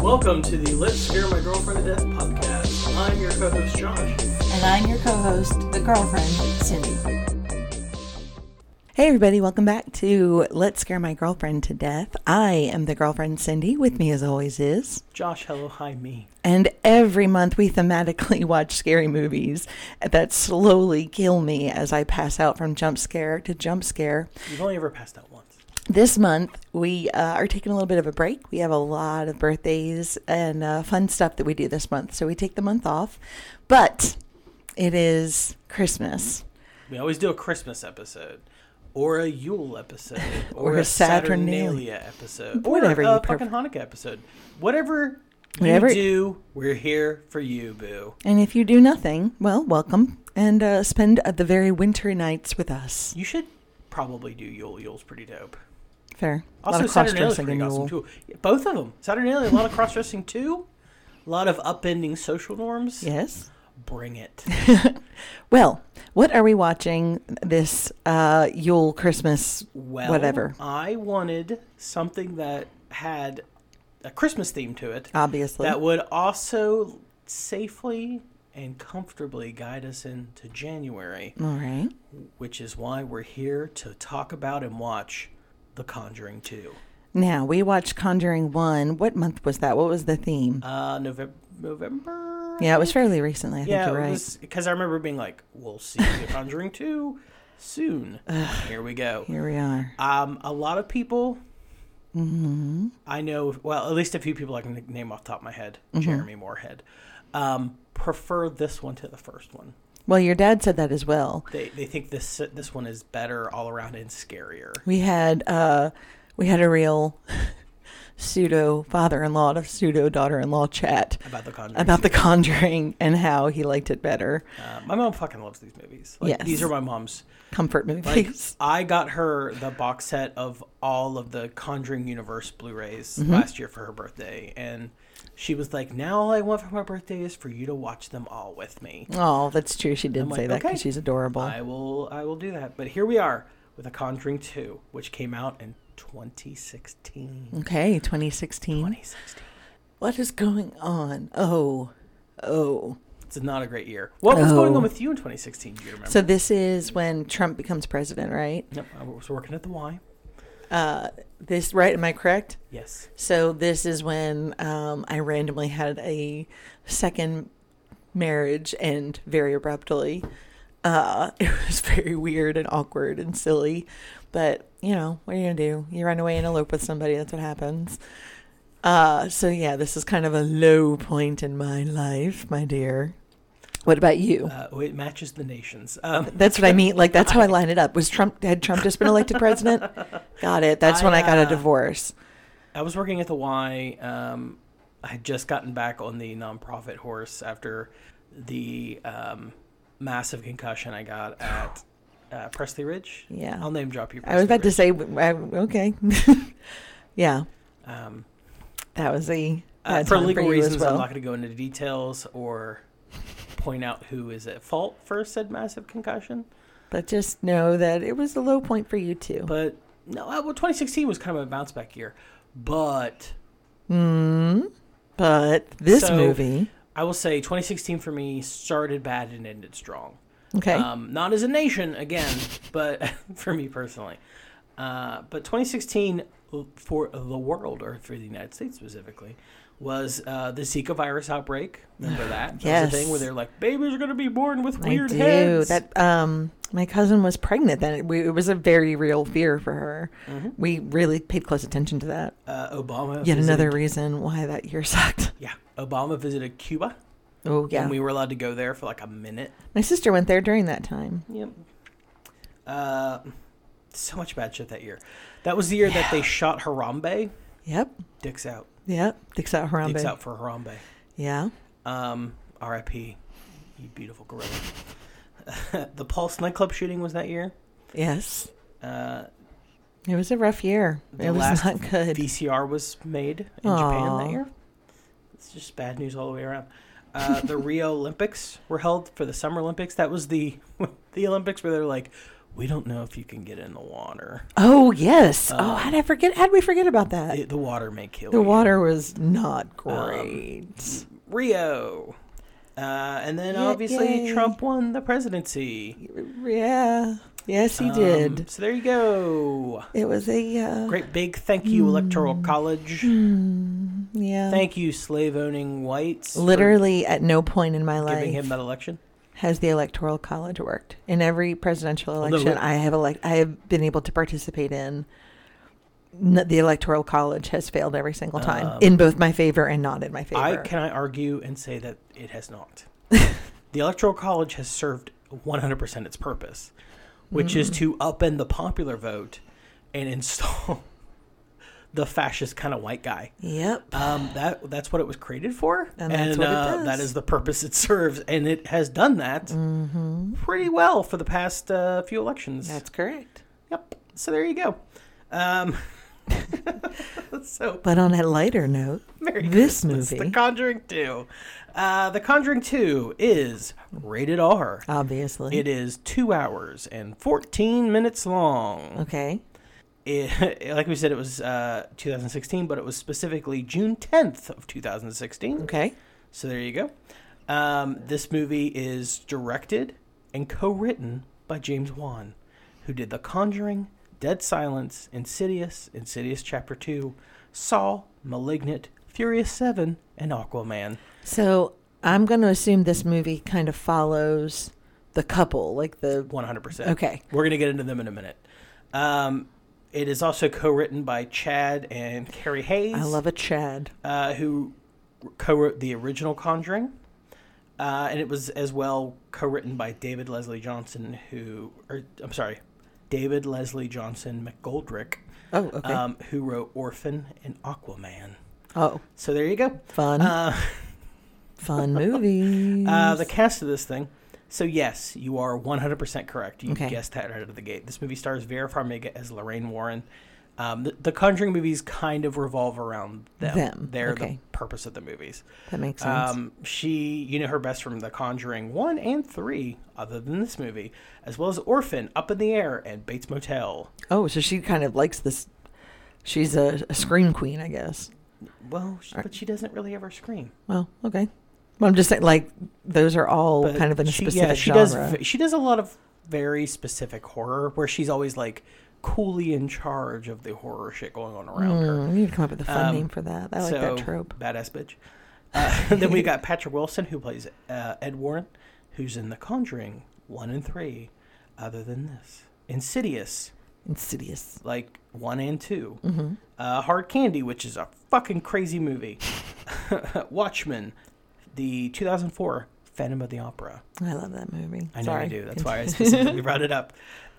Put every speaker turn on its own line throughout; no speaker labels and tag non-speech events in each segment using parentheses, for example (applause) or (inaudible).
Welcome to the Let's Scare My Girlfriend to Death podcast. I'm your co host, Josh.
And I'm your co host, the girlfriend, Cindy.
Hey, everybody, welcome back to Let's Scare My Girlfriend to Death. I am the girlfriend Cindy. With me, as always, is.
Josh, hello, hi, me.
And every month, we thematically (laughs) watch scary movies that slowly kill me as I pass out from jump scare to jump scare.
You've only ever passed out once.
This month, we uh, are taking a little bit of a break. We have a lot of birthdays and uh, fun stuff that we do this month. So we take the month off, but it is Christmas.
We always do a Christmas episode, or a Yule
(laughs)
episode,
Or a Saturnalia.
Saturnalia episode,
Whatever
or
you
a
pref-
fucking Hanukkah episode. Whatever
Whatever-
you do, we're here for you, boo.
And if you do nothing, well, welcome and uh, spend uh, the very wintry nights with us.
You should probably do Yule. Yule's pretty dope.
Fair. A lot
Also,
of
Saturnalia's
cross-dressing
pretty
and
awesome
Yule.
too. Both of them. Saturnalia, a lot of cross dressing too. A lot of upending social norms.
Yes.
Bring it.
Well, what are we watching this uh, Yule Christmas?
Well,
Whatever.
I wanted something that had a Christmas theme to it
Obviously.
that would also safely and comfortably guide us into January,
All right.
which is why we're here to talk about and watch The Conjuring 2.
Now we watched Conjuring One. What month was that? What was the theme?
Uh, November. November.
yeah, it was fairly recently. I think
Yeah,
you're right.
because I remember being like, "We'll see The Conjuring 2 soon."
(sighs)
Here we go.
Here we are.
Um, a lot of people
Mm-hmm.
I know, well, at least a few people I can name off the top of my head,
Mm-hmm.
Jeremy Moorhead, um, prefer this one to the first one.
Well, your dad said that as well.
They they think this this one is better all around and scarier.
We had uh, we had a real (laughs) pseudo father-in-law to pseudo daughter-in-law chat
About The Conjuring.
about The Conjuring and how he liked it better.
Uh, my mom fucking loves these movies. Like,
Yes.
These are my
(laughs)
mom's.
Comfort
Like,
movies. (laughs)
I got her the box set of all of the Conjuring Universe Blu-rays
Mm-hmm.
last year for her birthday, and she was like, "Now all I want for my birthday is for you to watch them all with me."
oh, that's true. She did
I'm
say
like,
that because
okay.
she's adorable.
I will I will do that. But here we are with a Conjuring 2, which came out in 2016.
okay, 2016.
2016.
What is going on? Oh, oh.
It's not a great year. What was going
No.
on with you in 2016? Do you remember?
So this is when Trump becomes president, right?
Yep, I was working at the Y.
Uh, this right? Am I correct?
Yes.
So this is when um, I randomly had a second marriage and very abruptly. Uh, (laughs) it was very weird and awkward and silly, but you know what are you gonna do? You run away and elope with somebody. That's what happens. Uh, so yeah, this is kind of a low point in my life, my dear. What about you?
Uh, oh, it matches the nations. Um,
That's what I mean. Like that's how I line it up. Was Trump had Trump just been elected (laughs) president? Got it. That's when I got
I,
a
uh,
divorce.
(laughs) I was working at the Y. Um, I had just gotten back on the nonprofit horse after the um, massive concussion I got at uh, Presley Ridge.
Yeah.
I'll name drop you.
I was about to
Presley
say, I, okay, (laughs) yeah,
Ridge. Um,
that was a
Uh,
bad
for
time
legal
you as
reasons, I'm
well.
not going to go into details or point out who is at fault for said massive concussion.
But just know that it was a low point for you too.
But no, uh, well, 2016 was kind of a bounce back year. But
Mm, but this
So-
movie,
I will say 2016 for me started bad and ended strong.
okay,
Um, not as a nation again, (laughs) but for me personally. Uh, but 2016 for the world or for the United States specifically was uh, the Zika virus outbreak.
(sighs)
Remember that? That was a thing where
Yes.
they're like, babies are going to be born with
I
weird
do
heads.
that. Um, my cousin was pregnant then. It, we, it was a very real fear for her.
Mhm.
We really paid close attention to that.
uh, Obama.
Yet
visited-
another reason why that year (laughs) sucked.
Yeah, Obama visited Cuba,
Oh yeah,
and we were allowed to go there for like a minute.
my sister went there during that time.
Yep. Uh, so much bad shit that year. That was the year that they shot Harambe.
Yep,
Dicks out.
yep. Dicks out Harambe.
Dicks out for Harambe.
Yeah.
Um, R.I.P. You beautiful gorilla. (laughs) the Pulse nightclub shooting was that year.
Yes.
Uh,
It was a rough year.
the
It was
last
not good.
VCR was made in Japan that
Aw.
year. It's just bad news all the way around. (laughs) Uh, the Rio Olympics were held for the Summer Olympics. That was the the Olympics where they're like, we don't know if you can get in the water.
Oh
Uh,
yes. oh, how'd I forget? How'd we forget about that?
The, the water may kill
Uh, the
you.
water was not
Um,
great.
Rio. Uh, and then
Yeah,
obviously
yay.
Trump won the presidency.
yeah. Yes, he
Um,
did.
So there you go.
It was a uh,
Great big thank you, Electoral
Mm.
College.
Hmm. Yeah.
Thank you, slave owning whites. for
Literally, at no point in my
giving
life
him that election.
has the electoral college worked. In every presidential
Although
election
it-
I have elect, I have been able to participate in. n- The electoral college has failed every single time
Um,
in both my favor and not in my favor.
I can I argue and say that it has
(laughs)
not. the Electoral College has served 100% its purpose, which
Mm.
is to upend the popular vote and (laughs) install the fascist kind of white guy.
Yep.
Um, that that's what it was created for, uh,
And that's what it does. Mm.
that is the purpose it serves, and it has done that
Mm-hmm.
pretty well for the past uh, few elections.
That's correct.
yep. So there you go. Um, (laughs) so
But on a lighter note,
(laughs) Merry
this
Christmas,
movie,
The Conjuring 2. Uh, the Conjuring 2 is rated R.
obviously.
It is two hours and 14 minutes long.
Okay.
It, (laughs) like we said, it was uh, 2016, but it was specifically June 10th of 2016.
Okay.
So there you go. Um, this movie is directed and co-written by James Wan, who did The Conjuring, Dead Silence, Insidious, Insidious Chapter Two, Saw, Malignant, Furious Seven, and Aquaman.
So I'm going to assume this movie kind of follows the couple, like the.
One hundred percent.
Okay.
We're gonna get into them in a minute. Um, it is also co-written by Chad and Carrie Hayes.
I love a Chad.
uh, who co-wrote the original Conjuring, uh, and it was as well co-written by David Leslie Johnson, who, or I'm sorry, David Leslie Johnson McGoldrick,
Oh, okay.
um, who wrote Orphan and Aquaman.
oh,
So there you go.
fun.
Uh, (laughs)
fun movie.
uh, the cast of this thing. So yes, you are 100% correct. You
Okay.
guessed that right out of the gate. This movie stars Vera Farmiga as Lorraine Warren. Um, the, the Conjuring movies kind of revolve around them.
Them,
They're
okay.
the purpose of the movies.
that makes sense.
Um, she, you know her best from The Conjuring 1 and 3, other than this movie, as well as Orphan, Up in the Air, and Bates Motel.
oh, so she kind of likes this. She's a, a scream queen, I guess.
Well, sh but she doesn't really ever scream.
Well, okay. Well, I'm just saying, like, those are all
But
kind of in a
she,
specific
yeah, she
genre.
Does, v- she does a lot of very specific horror where she's always like coolly in charge of the horror shit going on around her.
Mm, we need to come up with a fun
Um,
name for that. I like that trope.
Badass bitch. Uh, (laughs) then we got Patrick Wilson, who plays uh, Ed Warren, who's in The Conjuring 1 and 3, other than this. Insidious,
Insidious.
like 1 and 2.
hmm
Uh, Hard Candy, which is a fucking crazy movie. (laughs) Watchmen, the 2004 Phantom of the Opera.
I love that movie.
(laughs) I know
Sorry.
you do. That's why I specifically brought
(laughs)
it up.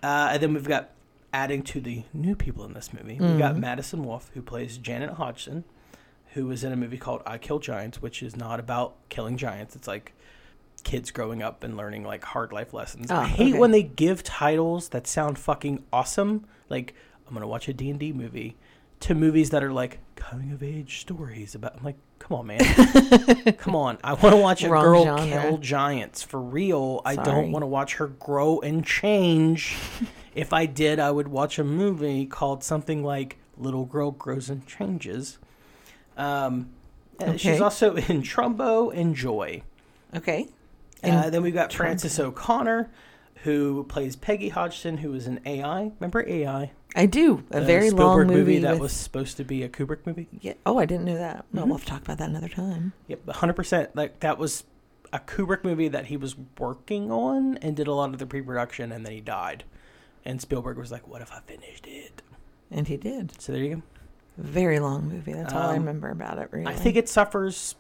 Uh, and then we've got adding to the new people in this movie. We've got
Mhm.
Madison Wolfe, who plays Janet Hodgson, who was in a movie called I Kill Giants, which is not about killing giants. It's like kids growing up and learning like hard life lessons. I
Ah,
hate
okay.
when they give titles that sound fucking awesome. Like I'm gonna watch a D and D movie to movies that are like coming of age stories about. I'm like, come on, man,
(laughs)
come on. I want to watch a
Wrong
girl
genre.
kill giants for real. I
Sorry.
don't want to watch her grow and
(laughs)
change. if I did, I would watch a movie called something like Little Girl Grows and Changes. Um, uh,
Okay.
She's also in Trumbo and Joy.
Okay.
Uh, then we've got Frances O'Connor, who plays Peggy Hodgson, who is an AI. Remember AI?
I do. A
The
very long
Spielberg
movie.
that
with-
was Mm-hmm. supposed to be a Kubrick movie.
Yeah. Oh, I didn't know that. Well, we'll have to talk about that another time.
Yep, 100%. Like that was a Kubrick movie that he was working on and did a lot of the pre-production and then he died. And Spielberg was like, "What if I finished it?"
And he did.
So there you go.
Very long movie. That's all I
Um,
remember about it, really.
I think it suffers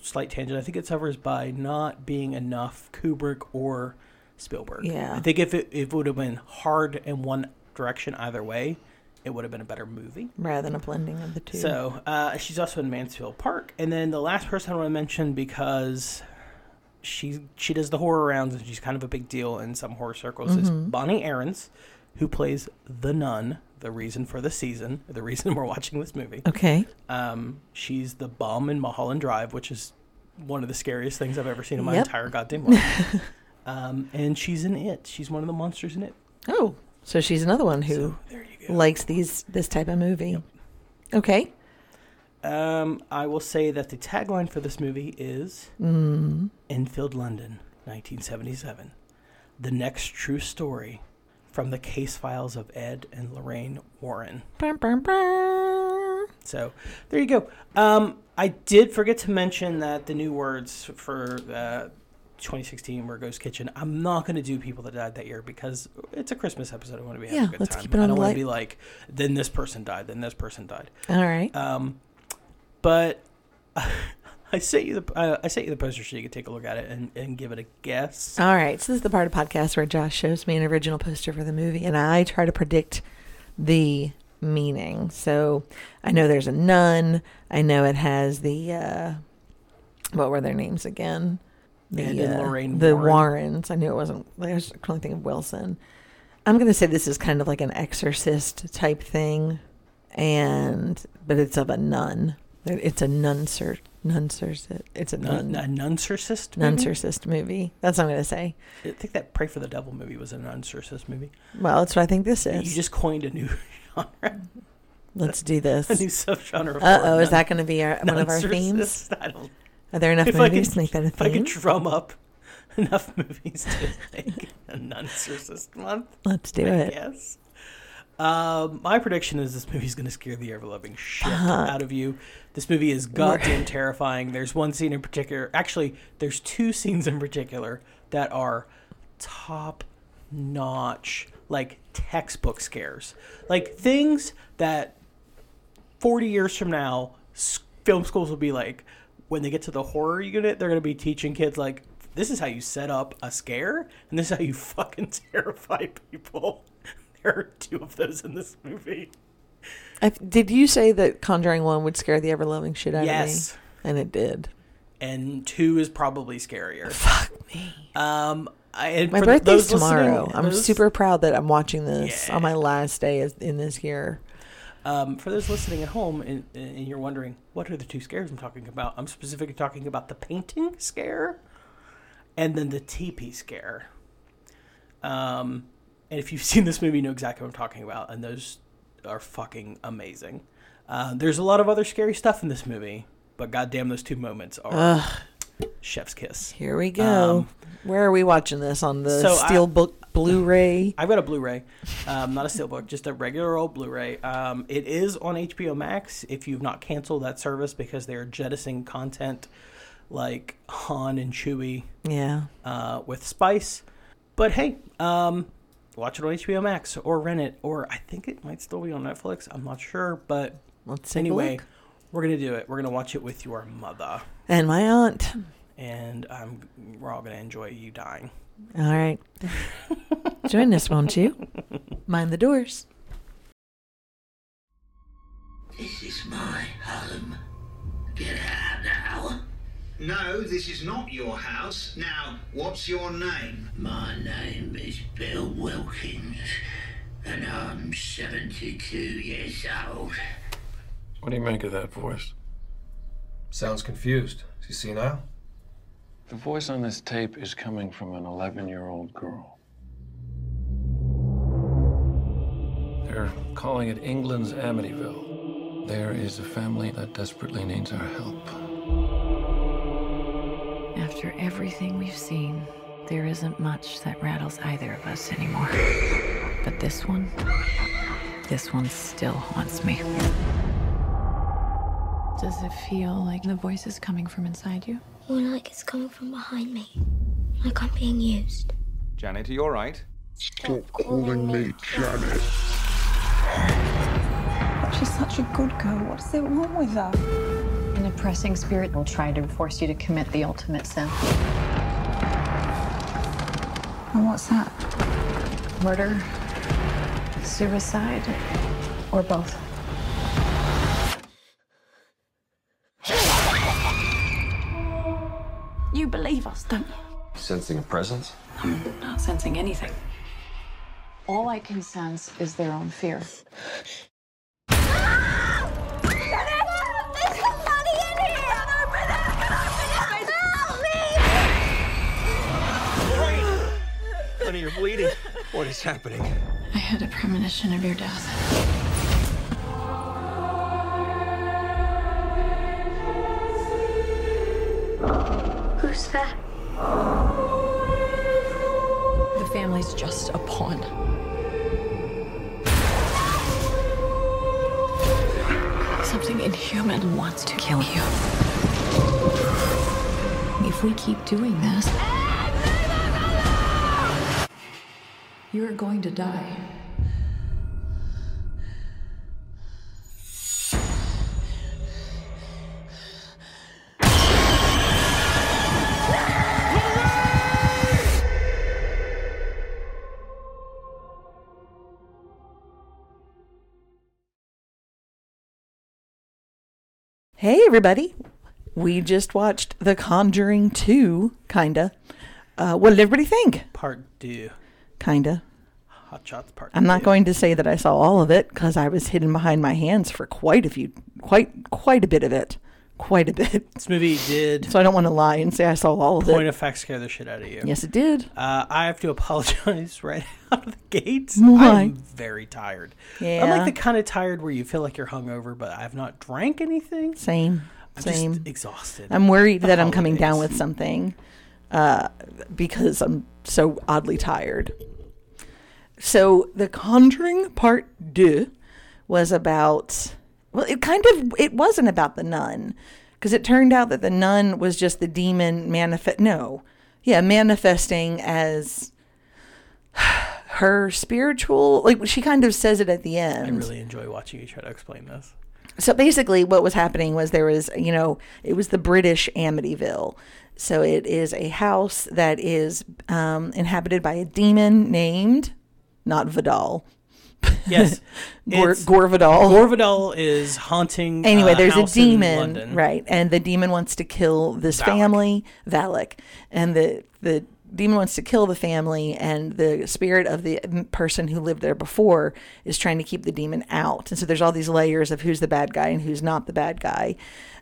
slight tangent. I think it suffers by not being enough Kubrick or Spielberg.
Yeah.
I think if it, if it would have been hard in one direction either way, it would have been a better movie.
Rather than a blending of the two.
So uh, she's also in Mansfield Park, and then the last person I want to mention because she she does the horror rounds and she's kind of a big deal in some horror circles is
Mm-hmm.
Bonnie Aarons, who plays the nun. The reason for the season, the reason (laughs) we're watching this movie.
Okay.
Um, she's the bum in Mulholland Drive, which is one of the scariest things I've ever seen in my
Yep. (laughs)
entire goddamn life. um, and she's in it. She's one of the monsters in it.
Oh, so she's another one who
So there you go.
likes these this type of movie. Okay.
Um, I will say that the tagline for this movie is
Mm.
Enfield, London, 1977. The next true story from the case files of Ed and Lorraine Warren.
Brum, brum, brum.
So there you go. Um, I did forget to mention that the new words for uh, 2016 were Ghost Kitchen. I'm not going to do people that died that year because it's a Christmas episode. I want to be having
Yeah,
a good
let's
time.
keep it on
I don't
the
want
light.
to be like, then this person died, then this person died.
All right.
Um, but (laughs) I sent you the uh, I sent you the poster so you could take a look at it and, and give it a guess.
All right. So this is the part of podcast where Josh shows me an original poster for the movie, and I try to predict the meaning. So I know there's a nun. I know it has the uh, what were their names again? The uh,
Ed and Lorraine
the
Warren.
Warrens. I knew it wasn't. I was only thinking of Wilson. I'm gonna say this is kind of like an exorcist type thing, and but it's of a nun. It's a nun cert. Nun cert. It's a
Nun,
nun.
a nuncercist. maybe?
Nuncercist movie. That's what I'm going to say.
I think that Pray for the Devil movie was a nuncercist movie.
Well, that's what I think this is.
You just coined a new (laughs) genre,
Let's
(laughs)
do this.
a new subgenre. for
Uh oh, is
nun-
that going to be our, one of our themes?
(laughs) nuncercist. I don't.
Are there enough
If I
movies
could-
to make that a
If I
theme?
could drum up (laughs) enough movies to make a nuncercist month,
Let's do
I
it.
guess. Um, my prediction is this movie's going to scare the ever-loving shit
Fuck.
out of you. This movie is goddamn terrifying. There's one scene in particular. Actually, there's two scenes in particular that are top-notch, like textbook scares, like things that 40 years from now, s- film schools will be like, when they get to the horror unit, they're going to be teaching kids, like, this is how you set up a scare, and this is how you (laughs) fucking terrify people. (laughs) there are two of those in this movie.
If- did you say that Conjuring 1 would scare the ever loving shit out
Yes.
of me? And it did.
And two is probably scarier.
Fuck me.
Um, I, and
My
for
birthday's
those listening-
tomorrow. I'm
those-
super proud that I'm watching this
Yeah.
on my last day as- in this year.
Um, for those listening at home, and, and you're wondering what are the two scares I'm talking about, I'm specifically talking about the painting scare, and then the teepee scare. Um, and if you've (laughs) seen this movie, you know exactly what I'm talking about, and those are fucking amazing. Uh, there's a lot of other scary stuff in this movie, but goddamn, those two moments are
Ugh,
chef's kiss.
here we go.
Um,
Where are we watching this? On the
So I-
Steelbook
(laughs)
Blu ray?
I've got a Blu-ray, um, not a steelbook, just a regular old Blu-ray. Um, it is on HBO Max if you've not canceled that service because they are jettisoning content like Han and Chewie
Yeah.
uh, with Spice. But hey, um, watch it on HBO Max or rent it, or I think it might still be on Netflix. I'm not sure, but
Let's take a
anyway,
look.
we're gonna do it. We're gonna watch it with your mother,
And my aunt.
and um, we're all gonna enjoy you dying.
All right. Join us, won't you? Mind the doors.
This is my home. Get out now.
No, this is not your house. Now, what's your name?
My name is Bill Wilkins, and I'm 72 years old.
What do you make of that voice?
Sounds confused. Is he senile?
The voice on this tape is coming from an 11 year old girl. They're calling it England's Amityville. There is a family that desperately needs our help.
After everything we've seen, there isn't much that rattles either of us anymore. But this one, this one still haunts me. Does it feel like the voice is coming from inside you?
More like it's coming from behind me. Like I'm being used.
Janet, are you all right?
Stop calling me Janet.
She's such a good girl. What's there wrong with her?
An oppressing spirit will try to force you to commit the ultimate sin
And what's that?
murder, suicide, or both.
You believe us, don't you?
Sensing a presence?
Not sensing anything. All I can sense is their own fear.
Honey, you're bleeding.
What is happening?
I had a premonition of your death.
Who's that?
The family's just a pawn.
Something inhuman wants to kill you. If we keep doing this,
You're going to die.
Hey, everybody. We just watched The Conjuring 2, kinda. Uh, what did everybody think?
Part two.
Kinda.
Hot Shots Part
I'm not
two.
going to say that I saw all of it because I was hidden behind my hands for quite a few, quite, quite a bit of it. Quite a bit. (laughs)
This movie did.
So I don't want to lie and say I saw all of
Point
it.
of fact scared the shit out of you.
Yes, it did.
Uh, I have to (laughs) apologize right (laughs) out of the gates.
Why?
I'm very tired. I'm
Yeah.
like the kind of tired where you feel like you're hungover, but I've not drank anything.
Same.
I'm just
same.
exhausted.
I'm worried
The
that I'm coming down
holidays.
with something uh, because I'm so oddly tired. So, The Conjuring Part 2 was about, well, it kind of, it wasn't about the nun because it turned out that the nun was just the demon manifest, no, yeah, manifesting as (sighs) her spiritual, like she kind of says it at the end.
I really enjoy watching you try to explain this.
So basically, what was happening was there was, you know, it was the British Amityville. So it is a house that is um, inhabited by a demon named, not Vidal. (laughs)
Yes,
Gore,
it's-
Gore Vidal.
Gorvidal is haunting.
Anyway,
uh,
there's a
house in
demon,
London.
right? And the demon wants to kill this
Valak.
family, Valak, and the the demon wants to kill the family, and the spirit of the m- person who lived there before is trying to keep the demon out. And so there's all these layers of who's the bad guy and who's not the bad guy,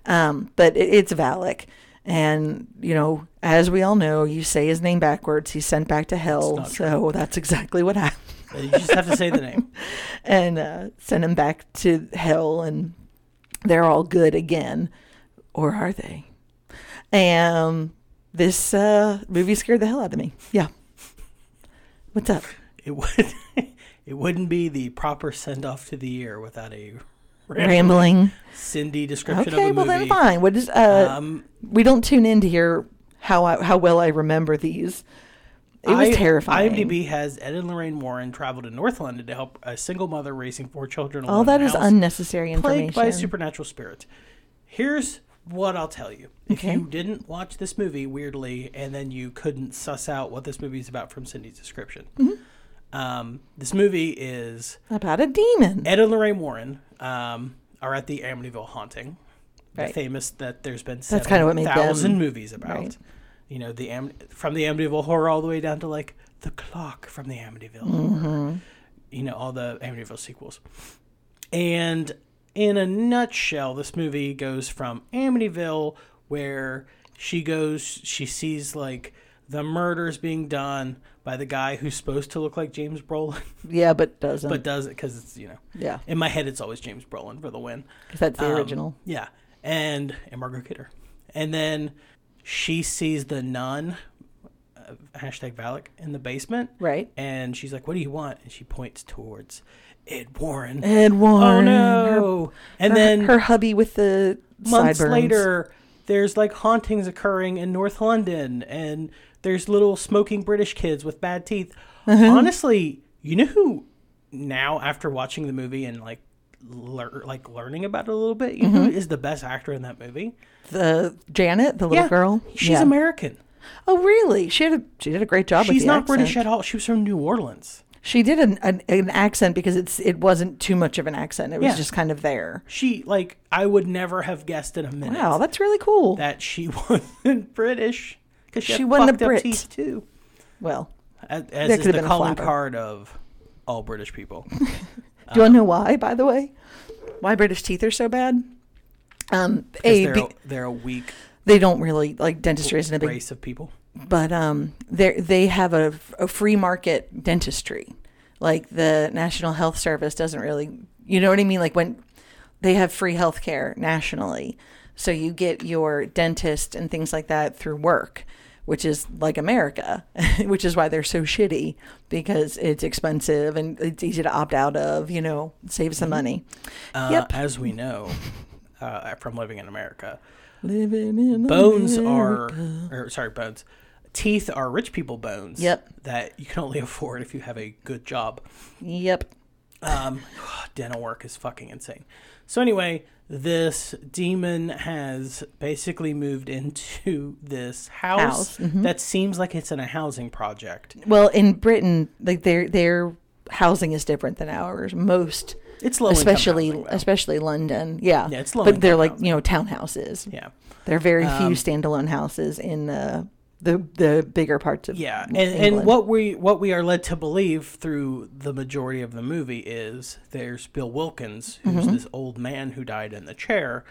um, but it, it's Valak. And you know, as we all know, you say his name backwards, he's sent back to hell. So that's exactly what happened.
Uh, You just have to say the name. (laughs)
and uh, send him back to hell, and they're all good again, or are they? Um, this uh, movie scared the hell out of me. Yeah.
(laughs)
What's up?
It would. it wouldn't be the proper send off to the year without a
Rambling.
Cindy description of a
Okay,
movie. Um,
well then fine. What is uh? we don't tune in to hear how I, how well I remember these. It was
I-
terrifying.
IMDb has Ed and Lorraine Warren travel to North London to help a single mother raising four children.
All
alone in
that
a
is
house
unnecessary
Plagued by a
information.
supernatural spirit. Here's what I'll tell you. If
Okay.
you didn't watch this movie weirdly, and then you couldn't suss out what this movie is about from Cindy's description,
Mm-hmm.
um, this movie is
About a demon.
Ed and Lorraine Warren um, are at the Amityville haunting, the
Right.
famous that there's been
That's kinda what made them-
7,000 movies about.
Right.
You know, the Am- from the Amityville horror all the way down to like the clock from the Amityville. Horror.
Mhm.
You know, all the Amityville sequels. And in a nutshell, this movie goes from Amityville, where she goes, she sees like the murders being done by the guy who's supposed to look like James Brolin.
Yeah, but doesn't.
But does it because it's you know.
Um, Yeah.
In my head, it's always James Brolin for the win.
'Cause that's the
um,
original.
Yeah, and and Margot Kidder, and then she sees the nun, uh, hashtag Valak, in the basement.
Right.
And she's like, "What do you want?" And she points towards Ed Warren.
Ed
Oh
Warren.
no!
Her-
and
her-
then
her hubby with the
months
sideburns.
later, there's like hauntings occurring in North London, and there's little smoking British kids with bad teeth.
Uh-huh.
Honestly, you know who? Now, after watching the movie and like lear- like learning about it a little bit, you know who
Mhm.
is the best actor in that movie?
the Janet, the little
Yeah,
girl.
she's American.
Oh, really? She had a, she did a great job. with
She's
the
not
accent.
British at all. She was from New Orleans.
She did an, an an accent because it's it wasn't too much of an accent. It was
Yeah.
just kind of there.
She like I would never have guessed in a minute.
Wow, that's really cool.
That she (laughs) wasn't British because she,
She
had
wasn't a
fucked up
Brit.
teeth, too.
Well,
as,
there
as is
could've
the
been a
calling
flapper.
card of all British people. Uh,
Do you want to know why? By the way, why British teeth are so bad? Um,
Because
a
they're,
be-
they're a weak
they don't really like dentistry isn't a big
race of people.
but um, they they have a, a free market dentistry. Like the National Health Service doesn't really, you know what I mean? Like when they have free health care nationally, so you get your dentist and things like that through work, which is like America, (laughs) which is why they're so shitty because it's expensive and it's easy to opt out of. You know, save some money.
Uh,
Yep.
As we know uh, from living in America,
Living in
bones
America.
are, or sorry, bones. Teeth are rich people bones.
Yep.
That you can only (laughs) afford if you have a good job.
Yep.
Um, (sighs) dental work is fucking insane. So anyway, this demon has basically moved into this house,
House, mhm.
that seems like it's in a housing project.
Well, in Britain, like their their housing is different than ours. Most
It's low-income
especially especially London. Yeah,
Yeah, it's
But they're
low-income
like you know townhouses.
Yeah,
there are very
Um,
few standalone houses in the the the bigger parts of
Yeah, and,
England.
and what we what we are led to believe through the majority of the movie is there's Bill Wilkins, who's
Mhm.
this old man who died in the chair,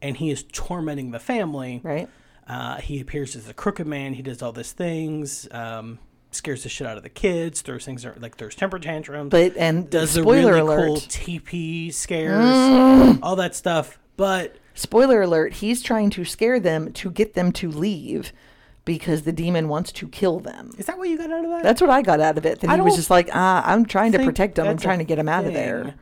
and he is tormenting the family.
Right.
Uh, he appears as a crooked man. He does all these things. Um, scares the shit out of the kids. Throws things like throws temper tantrums.
But- and
does
spoiler
the really cool
alert.
TP scares,
Mm.
all that stuff. But
spoiler alert: he's trying to scare them to get them to leave because the demon wants to kill them.
Is that what you got out of that?
That's what I got out of it. That
I
he was
don't
just like, ah, I'm trying to
think
protect them. I'm
that's a
trying to get them out of
thing
there.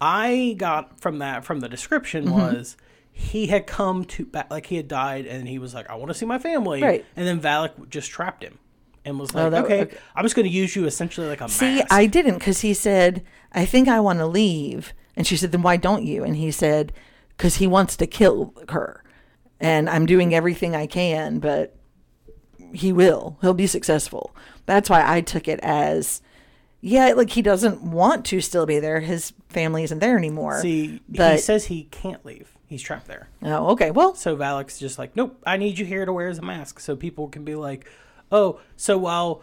I got from that from the description
Mhm.
was he had come to back like he had died and he was like I want to see my family
Right.
and then Valak just trapped him and was
Oh,
like
that-
okay,
okay.
I'm just going to use you essentially like a
See,
mask.
I didn't because he said, I think I want to leave. And she said, Then why don't you? And he said, Because he wants to kill her. And I'm doing everything I can, but he will. He'll be successful. That's why I took it as, yeah, like he doesn't want to still be there. His family isn't there anymore.
See, he
but
says he can't leave. He's trapped there.
Oh, okay. Well,
so Valak's just like, nope, I need you here to wear as a mask so people can be like, oh, so while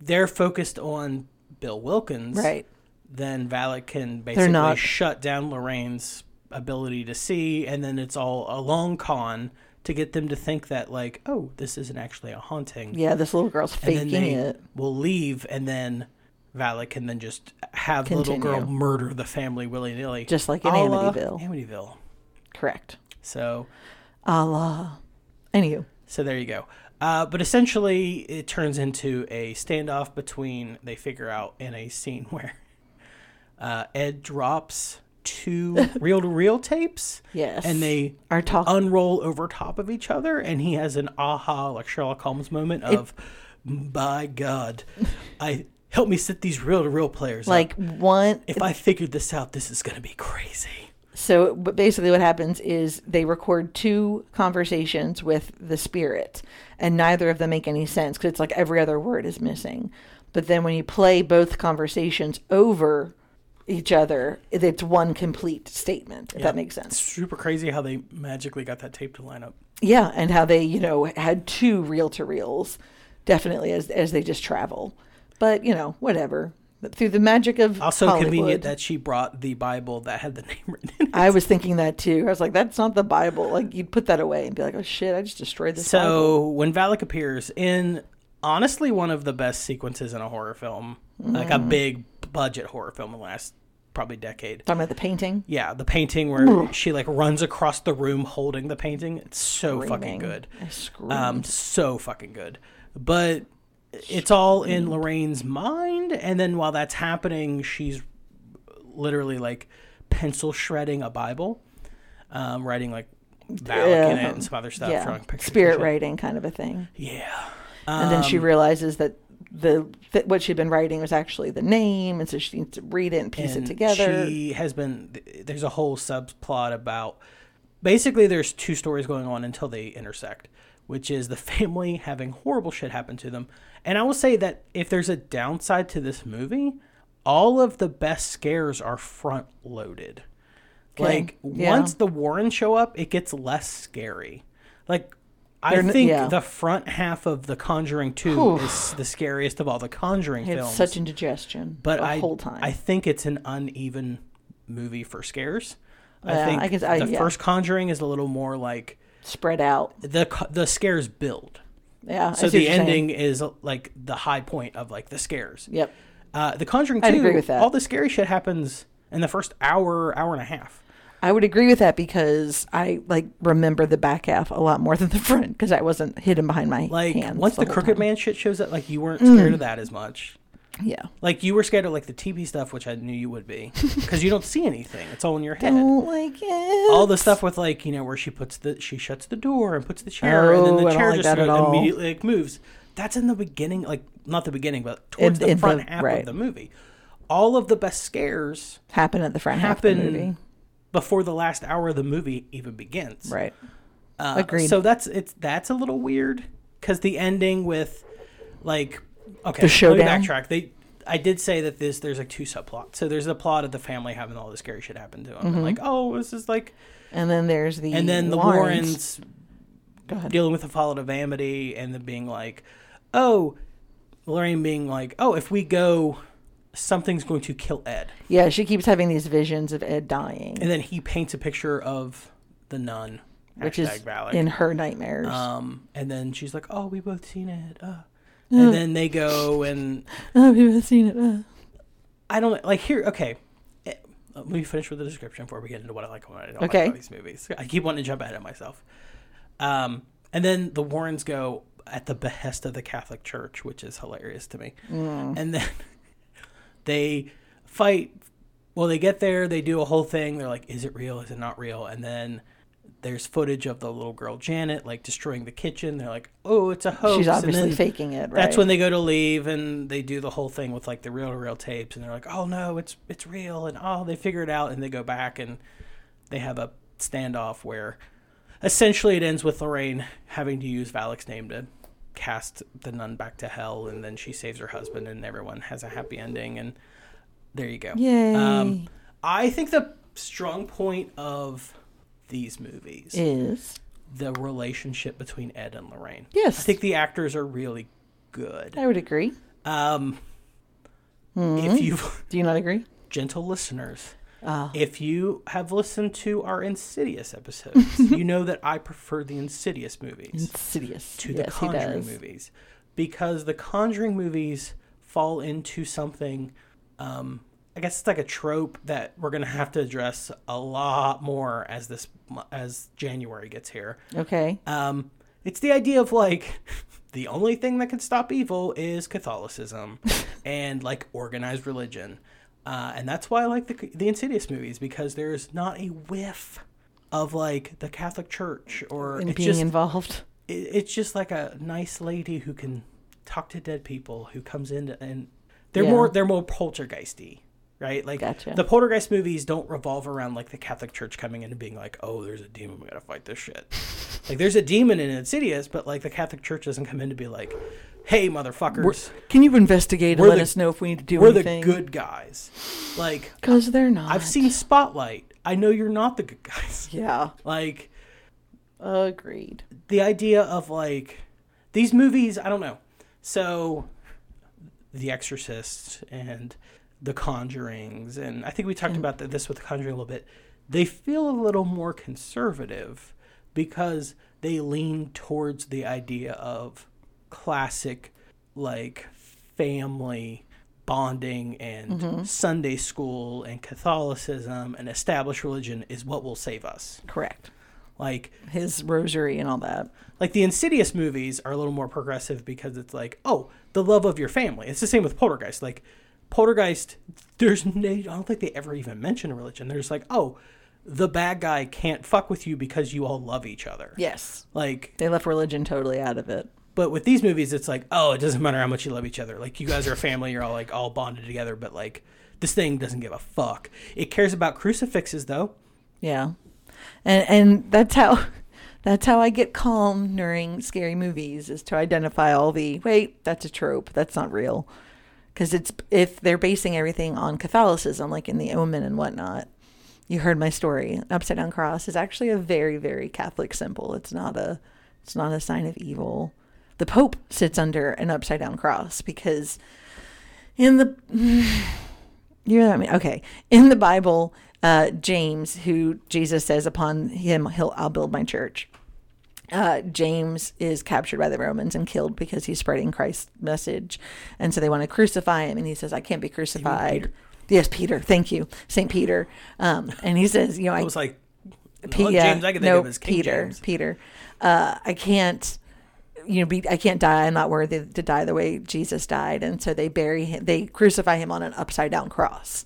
they're focused on Bill Wilkins,
Right.
Then Valak can basically
not-
shut down Lorraine's ability to see, and then it's all a long con to get them to think that like, oh, this isn't actually a haunting.
Yeah, this little girl's
and then
faking
they
it.
Will leave, and then Valak can then just have the little girl
Continue.
murder the family willy nilly,
Just like in
A la
Amityville.
Amityville.
correct.
So
Allah. Anywho.
So there you go. Uh, but essentially, it turns into a standoff between, they figure out in a scene (laughs) where uh, Ed drops two
(laughs)
reel to reel tapes.
Yes.
And they
are talking
unroll over top of each other. And he has an aha, like Sherlock Holmes moment of, by God, I help me set these reel to reel players. up.
Like one.
if I figured this out, this is going to be crazy.
So but basically, what happens is they record two conversations with the spirit, and neither of them make any sense because it's like every other word is missing. But then when you play both conversations over each other, it's one complete statement, if
Yeah.
that makes sense.
Super crazy how they magically got that tape to line up.
Yeah, and how they, you know, had two reel to reels definitely as, as they just travel. But, you know, whatever. But through the magic of
Also
Hollywood,
convenient that she brought the Bible that had the (laughs) name written in it.
I was thinking that too. I was like, that's not the Bible. Like, you'd put that away and be like, oh shit, I just destroyed this. Bible.
So when Valak appears in honestly one of the best sequences in a horror film, like a
Mm.
big budget horror film in the last probably decade.
Talking about the painting.
Yeah, the painting
Mm.
where she like runs across the room holding the painting. It's so fucking
Screaming.
good.
I screamed.
Um, so fucking good. But it's all in Lorraine's mind, and then while that's happening, she's literally like pencil shredding a Bible, um, writing like Valak in it
Um,
and some other stuff, drawing pictures. and
Spirit
shit.
writing kind of a thing.
Yeah.
and then she
Um,
realizes that the that what she'd been writing was actually the name, and so she needs to read it and piece it
and
together.
She has been. th- There's a whole subplot about. Basically, there's two stories going on until they intersect, which is the (laughs) family having horrible shit happen to them. And I will say that if there's a downside to this movie, all of the best scares are front loaded.
Okay,
Like
yeah.
once the Warrens show up, it gets less scary. Like I
They're n-
think
yeah.
the front half of The Conjuring Two
Oof.
is the scariest of all the Conjuring
had
films
such indigestion,
but
the
I
whole time.
I think it's an uneven movie for scares. I
Yeah,
think
I guess I-
the
yeah.
first Conjuring is a little more like
spread out.
the co- the scares build.
Yeah, I
So
see what
the
you're saying.
ending is like the high point of like the scares.
Yep.
Uh, the Conjuring 2
I'd agree with that.
all the scary shit happens in the first hour, hour and a half.
I would agree with that because I like remember the back half a lot more than the front because I wasn't hidden behind my
Like
hands.
once
the
the,
whole
Crooked Man shit shows up, like you weren't
Mm.
scared of that as much.
time. yeah,
Like you were scared of like the TV stuff, which I knew you would
(laughs)
be, because you don't see anything. It's all in your head.
don't like eh, it.
all the stuff with like you know where she puts the she shuts the door and puts the chair and
Oh,
then
I
the
don't
chair
like
just
that at
mo-
all.
immediately like, moves. That's in the beginning, like not the beginning, but towards
In-
the
in the-
front half
right.
of the movie. All of the best scares
happen at the front half of the movie.
happen before the last hour of the movie even begins.
Right.
Uh,
Agreed.
So that's it's that's a little weird because the ending with like okay,
The
Let
showdown?
me backtrack. They I did say that this there's like two subplots. So there's the plot of the family having all this scary shit happen to them. and,
Mhm.
like oh, this is like
And then there's the
and then the Warrens,
Go ahead.
dealing with the fallout of Amity, and then being like, oh, Lorraine being like, oh, if we go, something's going to kill Ed,
Yeah, she keeps having these visions of Ed dying,
and then he paints a picture of the nun,
which is
hashtag Valak.
in her nightmares.
Um, and then she's like, oh, we both seen it, uh. and then they go and
oh, people have seen it. uh.
I don't like here. Okay, Eh, let me finish with the description before we get into what I like and what I don't like
Okay.
about these movies. I keep wanting to jump ahead of myself. Um, and then the Warrens go at the behest of the Catholic Church, which is hilarious to me.
Mm.
And then (laughs) they fight. Well, they get there, they do a whole thing. They're like, "Is it real? Is it not real?" And then there's footage of the little girl Janet like destroying the kitchen. They're like, "Oh, it's a hoax."
She's
And
obviously
then
faking it. Right?
that's when they go to leave and they do the whole thing with like the real real tapes and they're like, "Oh no, it's it's real." And oh, they figure it out and they go back and they have a standoff where essentially it ends with Lorraine having to use Valak's name to cast the nun back to hell and then she saves her husband and everyone has a happy ending and there you go. Um,
Yay.
I think the strong point of these movies
Is?
the relationship between Ed and Lorraine.
Yes.
I think the actors are really good.
I would agree.
Um,
Mhm.
if you (laughs)
do you not agree,
gentle listeners,
Ah.
if you have listened to our Insidious
(laughs)
episodes, you know that I prefer the Insidious movies,
Insidious
to the
Yes, he
Conjuring
does.
movies, because the Conjuring movies fall into something. Um, I guess it's like a trope that we're gonna have to address a lot more as this mo- as January gets here.
Okay.
Um, it's the idea of like (laughs) the only thing that can stop evil is Catholicism and like organized religion. Uh, and that's why I like the, the Insidious movies because there's not a whiff of like the Catholic Church or
in
it's
being
just,
involved?
it, it's just like a nice lady who can talk to dead people who comes in and they're
Yeah.
more they're more poltergeisty right like
Gotcha.
the poltergeist movies don't revolve around like the catholic church coming in and being like oh there's a demon we gotta fight this shit
(laughs)
like there's a demon in insidious but like the catholic church doesn't come in to be like hey motherfuckers
Can you investigate and
We're
let
the-
us know if we need to do
we're
anything?
the good guys like
Because they're not.
i've seen spotlight i know you're not the good guys
Yeah.
(laughs) like
Agreed.
the idea of like these movies i don't know so the exorcist and the conjurings and i think we talked about th- this with the conjuring a little bit they feel a little more conservative because they lean towards the idea of classic like family bonding and
Mhm.
sunday school and catholicism and established religion is what will save us
Correct.
like
His rosary and all that.
like the Insidious movies are a little more progressive because it's like, oh, the love of your family. It's the same with Poltergeist. Like Poltergeist, there's no, I don't think they ever even mention a religion. They're just like, oh, the bad guy can't fuck with you because you all love each other.
Yes.
Like,
They left religion totally out of it.
but with these movies, it's like, oh, it doesn't matter how much you love each other. Like you guys are a family. You're all like all bonded together. But like this thing doesn't give a fuck. It cares about crucifixes though.
Yeah. And and that's how (laughs) that's how I get calm during scary movies is to identify all the wait, that's a trope. That's not real. Cuz it's if they're basing everything on Catholicism like in The Omen and whatnot. You heard my story. An Upside down cross is actually a very very Catholic symbol. It's not a it's not a sign of evil. The Pope sits under an upside down cross because in the (sighs) you know what I mean? Okay. In the Bible, uh, James, who Jesus says, upon him, he'll, I'll build my church. uh, James is captured by the Romans and killed because he's spreading Christ's message. And so they want to crucify him. And he says, I can't be crucified.
Peter?
Yes, Peter. Thank you. St. Peter. Um, and he says, you know, I,
I was like,
Pe-
Lord
yeah,
James I can think
no,
of as King
Peter,
James.
Peter. Uh, I can't, you know, be, I can't die. I'm not worthy to die the way Jesus died. And so they bury him, they crucify him on an upside down cross.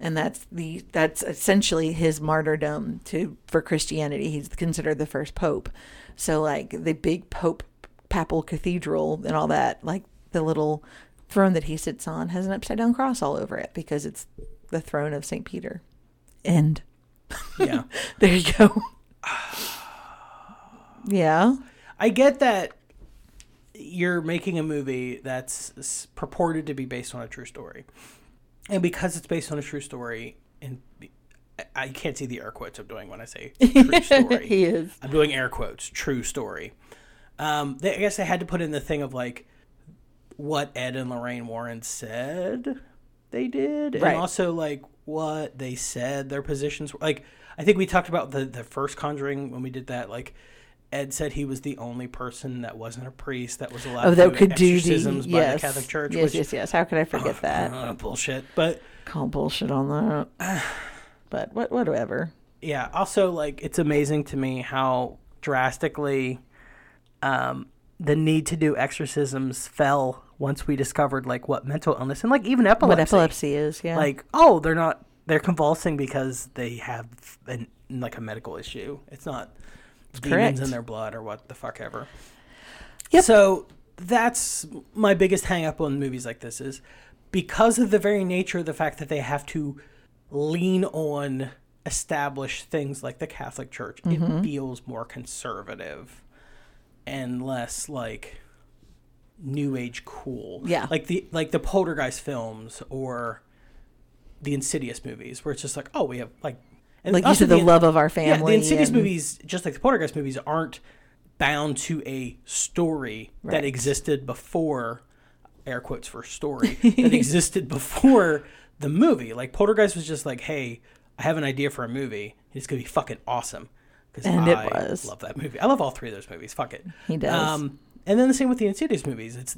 And that's the that's essentially his martyrdom to for Christianity. He's considered the first pope. So like the big pope papal cathedral and all that, like the little throne that he sits on has an upside down cross all over it because it's the throne of Saint Peter. End. (laughs)
Yeah.
there you go. (sighs) yeah.
I get that you're making a movie that's s- purported to be based on a true story, and because it's based on a true story, and I- I can't see the air quotes I'm doing when I say true story.
He is.
I'm doing air quotes. True story. Um, they, I guess they had to put in the thing of like what Ed and Lorraine Warren said they did, and
Right.
also like what they said their positions were. Like I think we talked about the the first Conjuring when we did that. Like Ed said he was the only person that wasn't a priest that was allowed.
Oh,
to
that
do
could do the
exorcisms by
yes,
the Catholic Church.
Yes,
which,
yes, yes. How could I forget
(sighs)
that?
uh, bullshit. But
Call bullshit on
(sighs)
that. But what, whatever.
Yeah. Also, like, it's amazing to me how drastically um, the need to do exorcisms fell once we discovered like what mental illness and like even epilepsy.
What epilepsy is, yeah.
Like, oh, they're not they're convulsing because they have an like a medical issue. It's not demons
correct.
in their blood or what the fuck ever. Yep. So that's my biggest hang up on movies like this is because of the very nature of the fact that they have to lean on established things like the Catholic Church, it
Mm-hmm.
Mhm.
feels more conservative and less like new age cool.
Yeah.
Like the like the Poltergeist films or the Insidious movies where it's just like, oh, we have like
Like you
also
said, the love of our
Yeah, the
family
Insidious
and-
movies, just like the Poltergeist movies, aren't bound to a story
Right.
that existed before air quotes for
(laughs)
story that existed before the movie. Like Poltergeist was just like, hey, I have an idea for a movie. It's gonna be fucking awesome. Because
And
I
it was.
love that movie. I love all three of those movies. Fuck it. Um,
He does.
and then the same with the Insidious movies. It's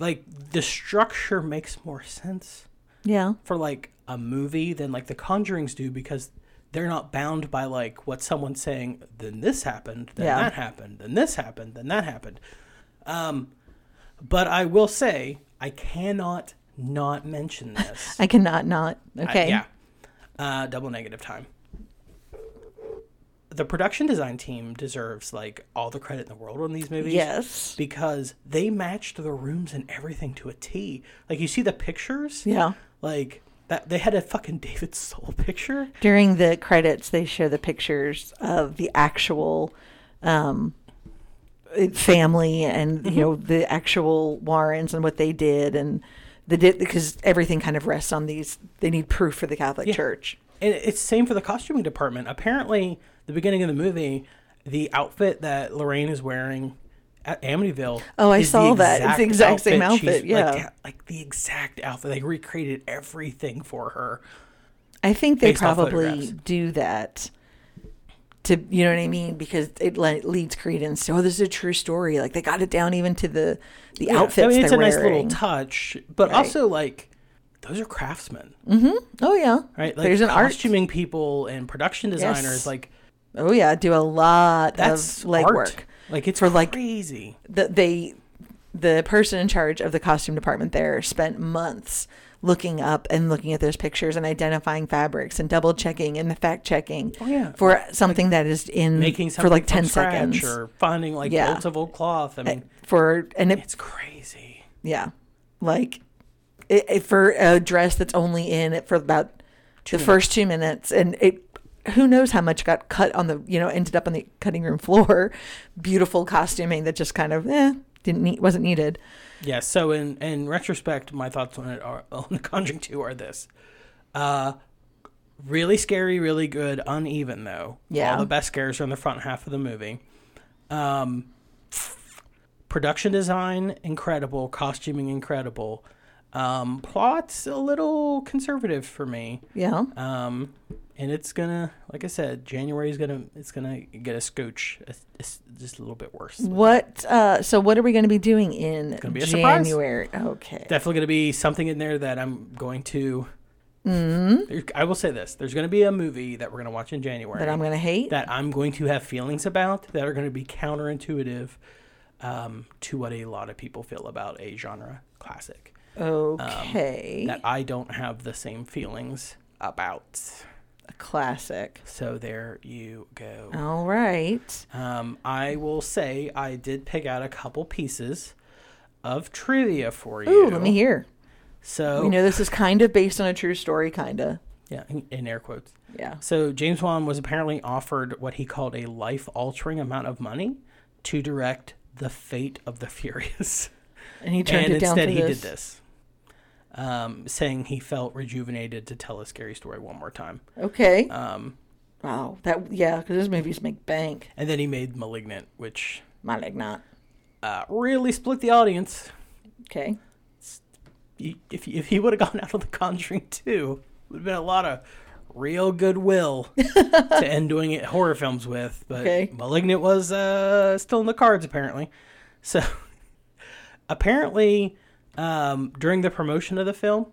like the structure makes more sense
Yeah.
for like a movie than like the conjurings do because they're not bound by like what someone's saying then this happened then
Yeah.
that happened then this happened then that happened um but i will say i cannot not
(laughs)
mention this
I cannot not.
I-
Okay.
yeah uh double negative time the production design team deserves like all the credit in the world on these movies
Yes.
because they matched the rooms and everything to a t like you see the pictures
Yeah.
like that they had a fucking (laughs) David Soul picture.
During the credits, they show the pictures of the actual um, it- family and
Mm-hmm.
you know the actual Warrens and what they did and the did because everything kind of rests on these. They need proof for the Catholic
Yeah.
Church.
And it's same for the costuming department. Apparently, the beginning of the movie, the outfit that Lorraine is wearing at Amityville.
Oh, I
is the
saw that. It's the exact same outfit,
she's-
yeah.
like, like the exact outfit. They recreated everything for her.
I think they
based off
probably
photographs.
do that to you know what I mean because it le- leads credence. to, Oh, this is a true story. Like they got it down even to the the
Yeah,
outfits.
I mean, it's
they're
a nice
wearing.
little touch, but
Right.
also like those are craftsmen,
Mm-hmm. Oh yeah.
right? Like
There's an art.
costuming people and production designers.
Yes.
Like
Oh yeah, do a lot
That's
of legwork.
art.
work.
Like, it's
for like
crazy.
The, they, the person in charge of the costume department there spent months looking up and looking at those pictures and identifying fabrics and double checking and fact checking.
Oh, yeah.
for something that is in
making something
Mm, for like
from
ten
scratch
seconds
or finding like
Yeah.
bolts of old cloth. I mean,
for and it,
it's crazy.
Yeah, like it, it for a dress that's only in it for about the first two minutes, and it who knows how much got cut on the you know ended up on the cutting room (laughs) floor. Beautiful costuming that just kind of eh didn't need wasn't needed.
Yeah. So in in retrospect, my thoughts on it are (laughs) on the Conjuring Two are this: uh, really scary, really good, uneven though.
Yeah.
All the best scares are in the front half of the movie. Um, production design incredible, costuming incredible. Um, plots a little conservative for me.
Yeah.
Um, and it's gonna, like I said, January's gonna, it's gonna get a scooch, a, a, just a little bit worse.
What? Uh, so what are we going to be doing in
Gonna be a surprise.
January? Okay.
Definitely gonna be something in there that I'm going to.
Mhm.
There- I will say this: there's gonna be a movie that we're gonna watch in January
That I'm gonna hate?
That I'm going to have feelings about that are gonna be counterintuitive um, to what a lot of people feel about a genre classic. um,
Okay.
that I don't have the same feelings about.
A classic.
So there you go.
All right.
Um, I will say I did pick out a couple pieces of trivia for you. Oh.
Ooh, let me hear.
So
We know this is kind of based on a true story, kind of.
Yeah, in, in air quotes.
Yeah.
So James Wan was apparently offered what he called a life-altering amount of money to direct the fate of the Furious,
And (laughs) he turned
And
it down
instead
for
he
this?
did this, um, saying he felt rejuvenated to tell a scary story one more time.
Okay.
Um,
wow. That yeah, because those movies make bank.
And then he made *Malignant*, which
*Malignant*
uh, really split the audience.
Okay.
If if he would have (laughs) gone out of *The Conjuring* too, would have been a lot of real goodwill (laughs) to end doing it horror films with. But
Okay.
*Malignant* was uh, still in the cards apparently. So (laughs) apparently, um, during the promotion of the film,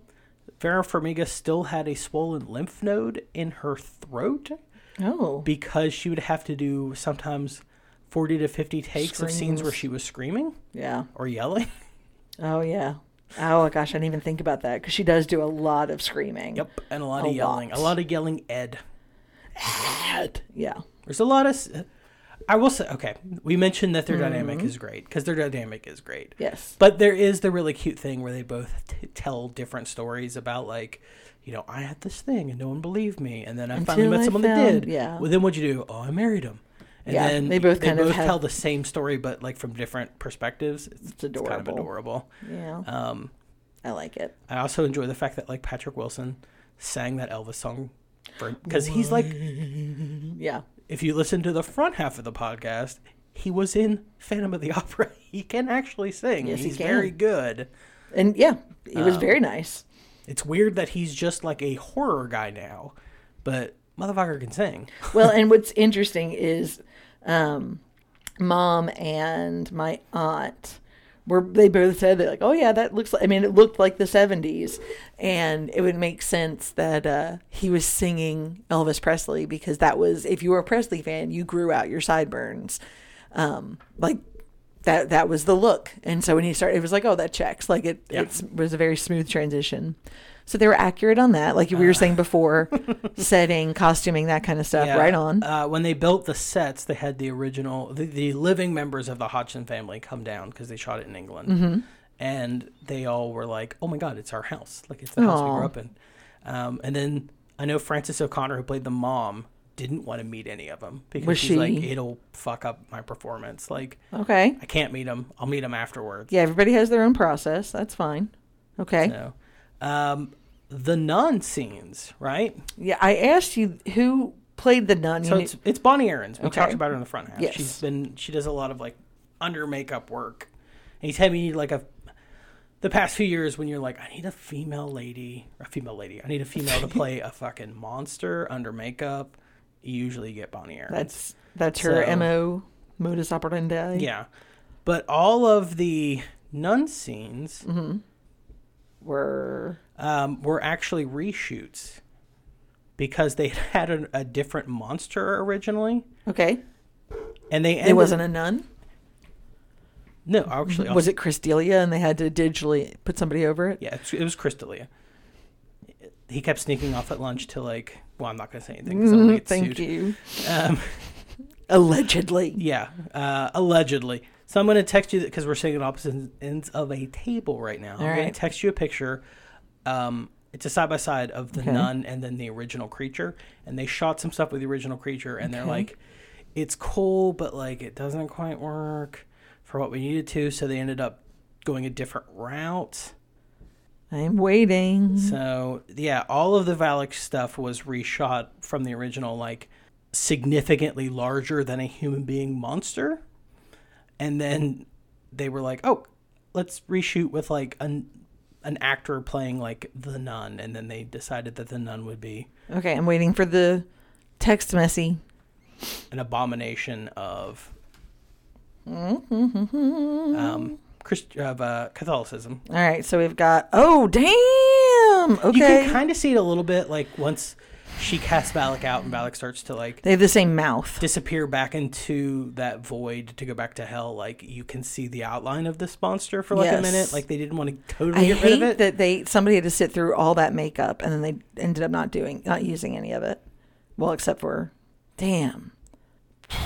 Vera Farmiga still had a swollen lymph node in her throat.
Oh.
Because she would have to do sometimes 40 to 50 takes of scenes where
Screams.
she was screaming.
Yeah.
Or yelling. (laughs)
Oh yeah. Oh my gosh, I didn't even think about that because she does do a lot of screaming. Yep,
And a lot of yelling. A lot of yelling, Ed. Ed.
Yeah.
There's a lot of. s- I will say, okay, we mentioned that their dynamic
Mhm.
is great because their dynamic is great.
Yes.
But there is the really cute thing where they both t- tell different stories about, like, you know, I had this thing and no one believed me. And then I finally
Until
met
I
someone that
found-
did.
yeah.
Well, then what'd you do? Oh, I married him. And
Yeah,
then
they both
they
kind of
both
have-
tell the same story, but like from different perspectives. It's, it's kind of
adorable.
adorable.
Yeah.
Um,
I like it.
I also enjoy the fact that like Patrick Wilson sang that Elvis song because he's like,
yeah.
if you listen to the front half of the podcast, he was in Phantom of the (laughs) Opera. He can actually sing.
Yes, he
he's
can.
very good.
And yeah, he was
Um,
very nice.
It's weird that he's just like a horror guy now, but motherfucker can sing.
well, and what's interesting is, um, mom and my aunt were they both said that like, oh yeah, that looks like. I mean, it looked like the '70s, and it would make sense that uh, he was singing Elvis Presley because that was if you were a Presley fan, you grew out your sideburns, um, like. That, that was the look, and so when he started, it was like, oh, that checks. Like it,
Yeah.
it's was a very smooth transition. So they were accurate on that, like we
Uh.
were
(laughs)
saying before, setting, costuming, that kind of stuff.
Yeah.
Right on.
Uh, when they built the sets, they had the original, the, the living members of the Hodgson family come down because they shot it in England.
Mhm.
And they all were like, oh my God, it's our house. Like, it's the house we
Aw.
grew up in. Um, and then I know Frances O'Connor, who played the mom, didn't want to meet any of them because
Was
she's like,
she-
it'll fuck up my performance. Like,
Okay.
I can't meet them. I'll meet them afterwards.
Yeah, everybody has their own process. That's fine. Okay.
So, um, the nun scenes, right?
Yeah, I asked you who played the nun. You
So
knew-
it's, it's Bonnie Aarons. We
Okay.
talked about her in the front half.
Yes.
She's been she does a lot of like under makeup work. And he's had me like a the past few years when you're like, I need a female lady, a female lady. I need a
(laughs)
female to play a fucking monster under makeup. You usually get Bonnie Aarons.
that's that's her
So-
mo modus operandi.
Yeah. But all of the nun scenes
Mm-hmm. were
um, were actually reshoots because they had a, a different monster originally.
Okay.
And they
It wasn't a nun.
No, actually, I'll-
was it Christelia, and they had to digitally put somebody over it?
Yeah, it's- it was Crystalia. He kept sneaking off at lunch to like. Well, I'm not gonna say anything. 'cause I don't wanna get
Thank
sued.
you.
Um,
(laughs) Allegedly.
Yeah, uh, allegedly. So I'm gonna text you because we're sitting at opposite ends of a table right now.
All
I'm gonna
right.
text you a picture. Um, it's a side by side of the
Okay.
nun and then the original creature, and they shot some stuff with the original creature, and they're
Okay.
like, "It's cool, but like it doesn't quite work for what we needed to." So they ended up going a different route.
I'm waiting.
So yeah, all of the Valak stuff was reshot from the original, like significantly larger than a human being monster, and then they were like, "Oh, let's reshoot with like a n- an actor playing like the nun, and then they decided that the nun would be
Okay, I'm waiting for the text messy.
an abomination of
Um,
um, Christ- of uh, Catholicism.
All right, so we've got. Oh, damn!
You can
Okay.
kind of see it a little bit, like once she casts Balak out, and Balak starts to like
They have the same mouth.
disappear back into that void to go back to hell. Like you can see the outline of this monster for like a
Yes.
minute. Like they didn't want to
I
totally get rid
hate
of it.
that they somebody had to sit through all that makeup and then they ended up not doing not using any of it. Well, except for damn. (sighs)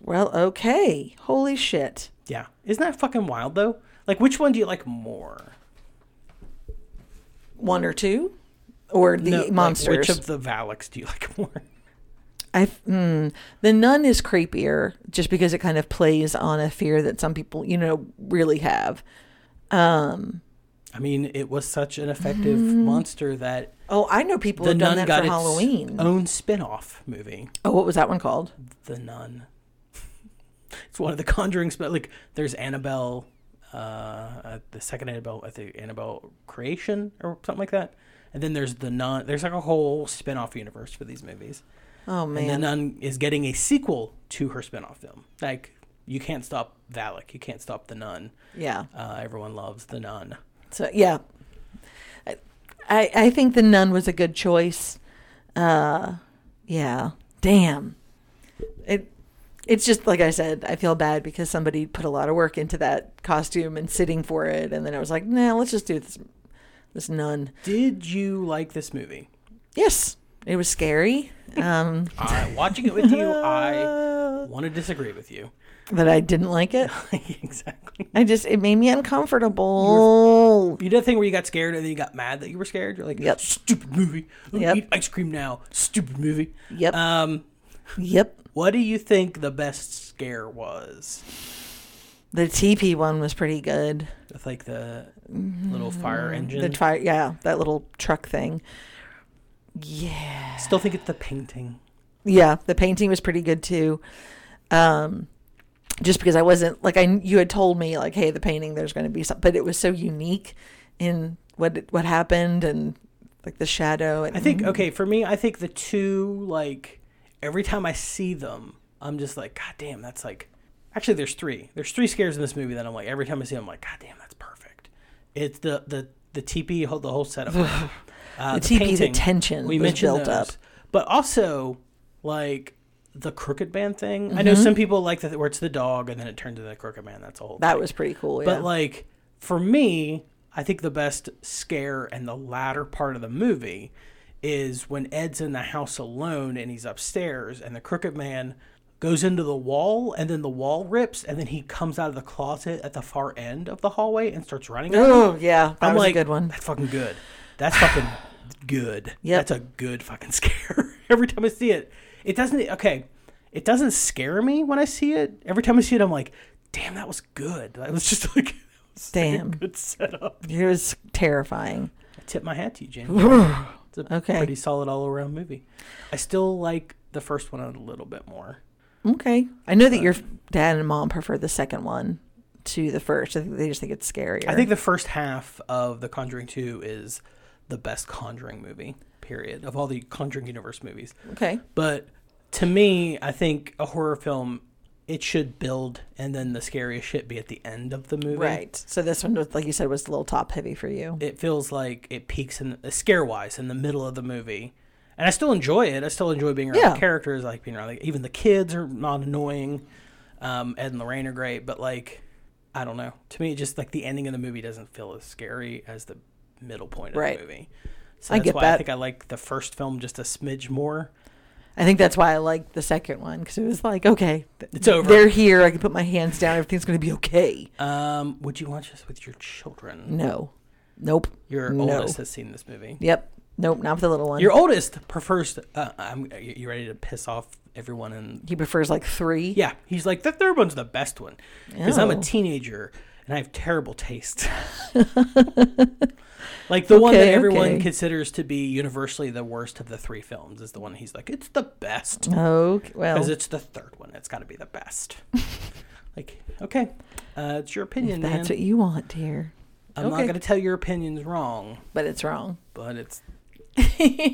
Well, okay. Holy shit.
Yeah, isn't that fucking wild though? Like which one do you like more?
One or two or the
No, like,
monsters.
which of the Valaks do you (laughs) like more?
I mm, the nun is creepier just because it kind of plays on a fear that some people, you know, really have. Um
I mean, it was such an effective monster that
oh, I know Mm-hmm. people
the
have
nun
done that
got
for
its
Halloween.
own spin-off movie.
Oh, what was that one called?
The Nun. (laughs) It's one of the Conjuring spell. Like there's Annabelle, uh, uh, the second Annabelle, I think Annabelle Creation or something like that. And then there's the Nun. There's like a whole spin-off universe for these movies.
Oh
And the
man.
Nun is getting a sequel to her spin-off film. Like you can't stop Valak. You can't stop the Nun.
yeah.
Uh, everyone loves the Nun.
So yeah, I I think the nun was a good choice. Uh, yeah, damn, it it's just like I said. I feel bad because somebody put a lot of work into that costume and sitting for it, and then I was like, nah, let's just do this this nun.
Did you like this movie?
Yes, it was scary, um, (laughs)
I, watching it with you, (laughs) I want to disagree with you.
but I didn't like it.
(laughs) exactly.
I just it made me uncomfortable.
You did a thing where you got scared and then you got mad that you were scared. You're like,
Yep.
stupid movie. I'll
Yep.
Eat ice cream now. Stupid movie.
Yep.
Um,
Yep,
what do you think the best scare was?
the TP one was pretty good.
With like the little fire engine.
Mm-hmm. The fire, yeah, that little truck thing. Yeah,
Still think it's the painting.
yeah, the painting was pretty good too. Um, just because I wasn't like I, kn- you had told me like, hey, the painting, there's going to be something, but it was so unique in what it- what happened and like the shadow. And
I think okay for me. I think the two like every time I see them, I'm just like, God damn, that's like. Actually, there's three. There's three scares in this movie that I'm like every time I see them, I'm like, God damn, that's perfect. It's the the the teepee, whole- the whole setup, uh,
(laughs) The teepee, the
painting,
tension was built up.
but also like the crooked man thing. I know
Mm-hmm.
some people like that where it's the dog and then it turns into the crooked man. That's all.
that was pretty cool. Yeah.
But like for me, I think the best scare and the latter part of the movie is when Ed's in the house alone and he's upstairs and the crooked man goes into the wall and then the wall rips and then he comes out of the closet at the far end of the hallway and starts running. at him.
oh yeah, that
I'm
was
like,
a good one.
That's fucking good. That's fucking good.
(sighs) Yep.
That's a good fucking (laughs) scare. Every time I see it, it doesn't. Okay, it doesn't scare me when I see it. Every time I see it, I'm like, damn, that was good. That was (laughs) just like, was like a
Damn.
good setup.
It was terrifying.
I tip my hat to you, James.
(sighs)
it's a
Okay.
pretty solid all around movie. I still like the first one a little bit more.
Okay, I know that your f- dad and mom prefer the second one to the first. I think they just think it's scarier.
I think the first half of The Conjuring Two is the best Conjuring movie. Period. Of all the Conjuring universe movies.
okay.
But to me, I think a horror film it should build and then the scariest shit be at the end of the movie.
Right. So this one was, like you said, was a little top heavy for you.
It feels like it peaks in scare wise in the middle of the movie. And I still enjoy it. I still enjoy being around
Yeah.
the characters, I like being around like even the kids are not annoying. Um, Ed and Lorraine are great, but like I don't know. To me, it just like the ending of the movie doesn't feel as scary as the middle point of
Right.
the movie. So
I
that's
get
why I
that.
think I like the first film just a smidge more.
I think that's why I liked the second one because it was like, okay, th-
It's over.
They're here. I can put my hands down. Everything's going to be okay.
Um, would you watch this with your children?
No. Nope.
Your
No.
oldest has seen this movie.
Yep. Nope. Not with the little one.
Your oldest prefers. Uh, I'm. You you ready to piss off everyone? And
he prefers like three.
yeah, he's like the third one's the best one because I'm a
Oh.
teenager and I have terrible taste. (laughs)
Oh.
like the one that
Okay,
everyone
okay.
considers to be universally the worst of the three films is the one he's like it's the best
(laughs) Okay. Well,
because it's the third one. It's got to be the
(laughs)
best. like okay, uh, it's your opinion, man.
that's what you want, dear.
I'm not
Okay.
going to tell your opinion's wrong,
but it's wrong. (laughs)
but it's
All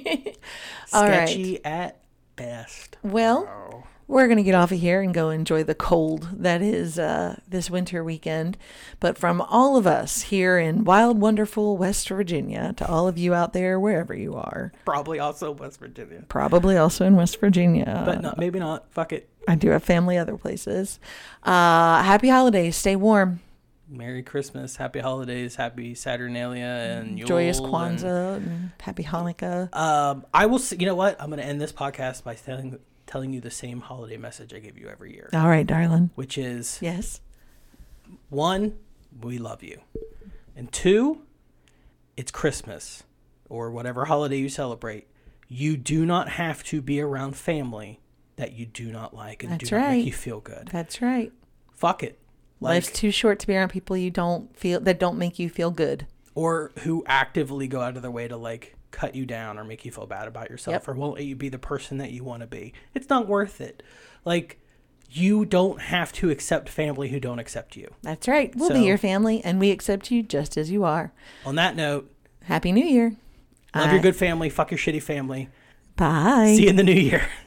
right.
sketchy at best.
Well, we're going to get off of here and go enjoy the cold that is uh, this winter weekend. But from all of us here in wild, wonderful West Virginia to all of you out there, wherever you are,
Probably also West Virginia,
probably also in West Virginia.
but not maybe not. Fuck it.
I do have family other places. Uh, happy holidays. Stay warm.
Merry Christmas, Happy Holidays, Happy Saturnalia, and Yule
Mm, Joyous
and-
Kwanzaa. and happy Hanukkah.
Um, I will. See, you know what? I'm going to end this podcast by telling telling you the same holiday message I give you every year.
All right, darling.
Which is
Yes.
one, we love you, and two, it's Christmas or whatever holiday you celebrate. You do not have to be around family that you do not like and
That's
do not
right.
make you feel good.
That's right.
Fuck it.
Life's too short to be around people you don't feel that don't make you feel good.
or who actively go out of their way to like cut you down or make you feel bad about yourself
Yep.
or won't let you be the person that you want to be. It's not worth it. Like you don't have to accept family who don't accept you.
That's right. We'll be
So-
your family and we accept you just as you are.
On that note,
Happy New Year.
love
I-
your good family, fuck your shitty family.
Bye.
See you in the new year. (laughs)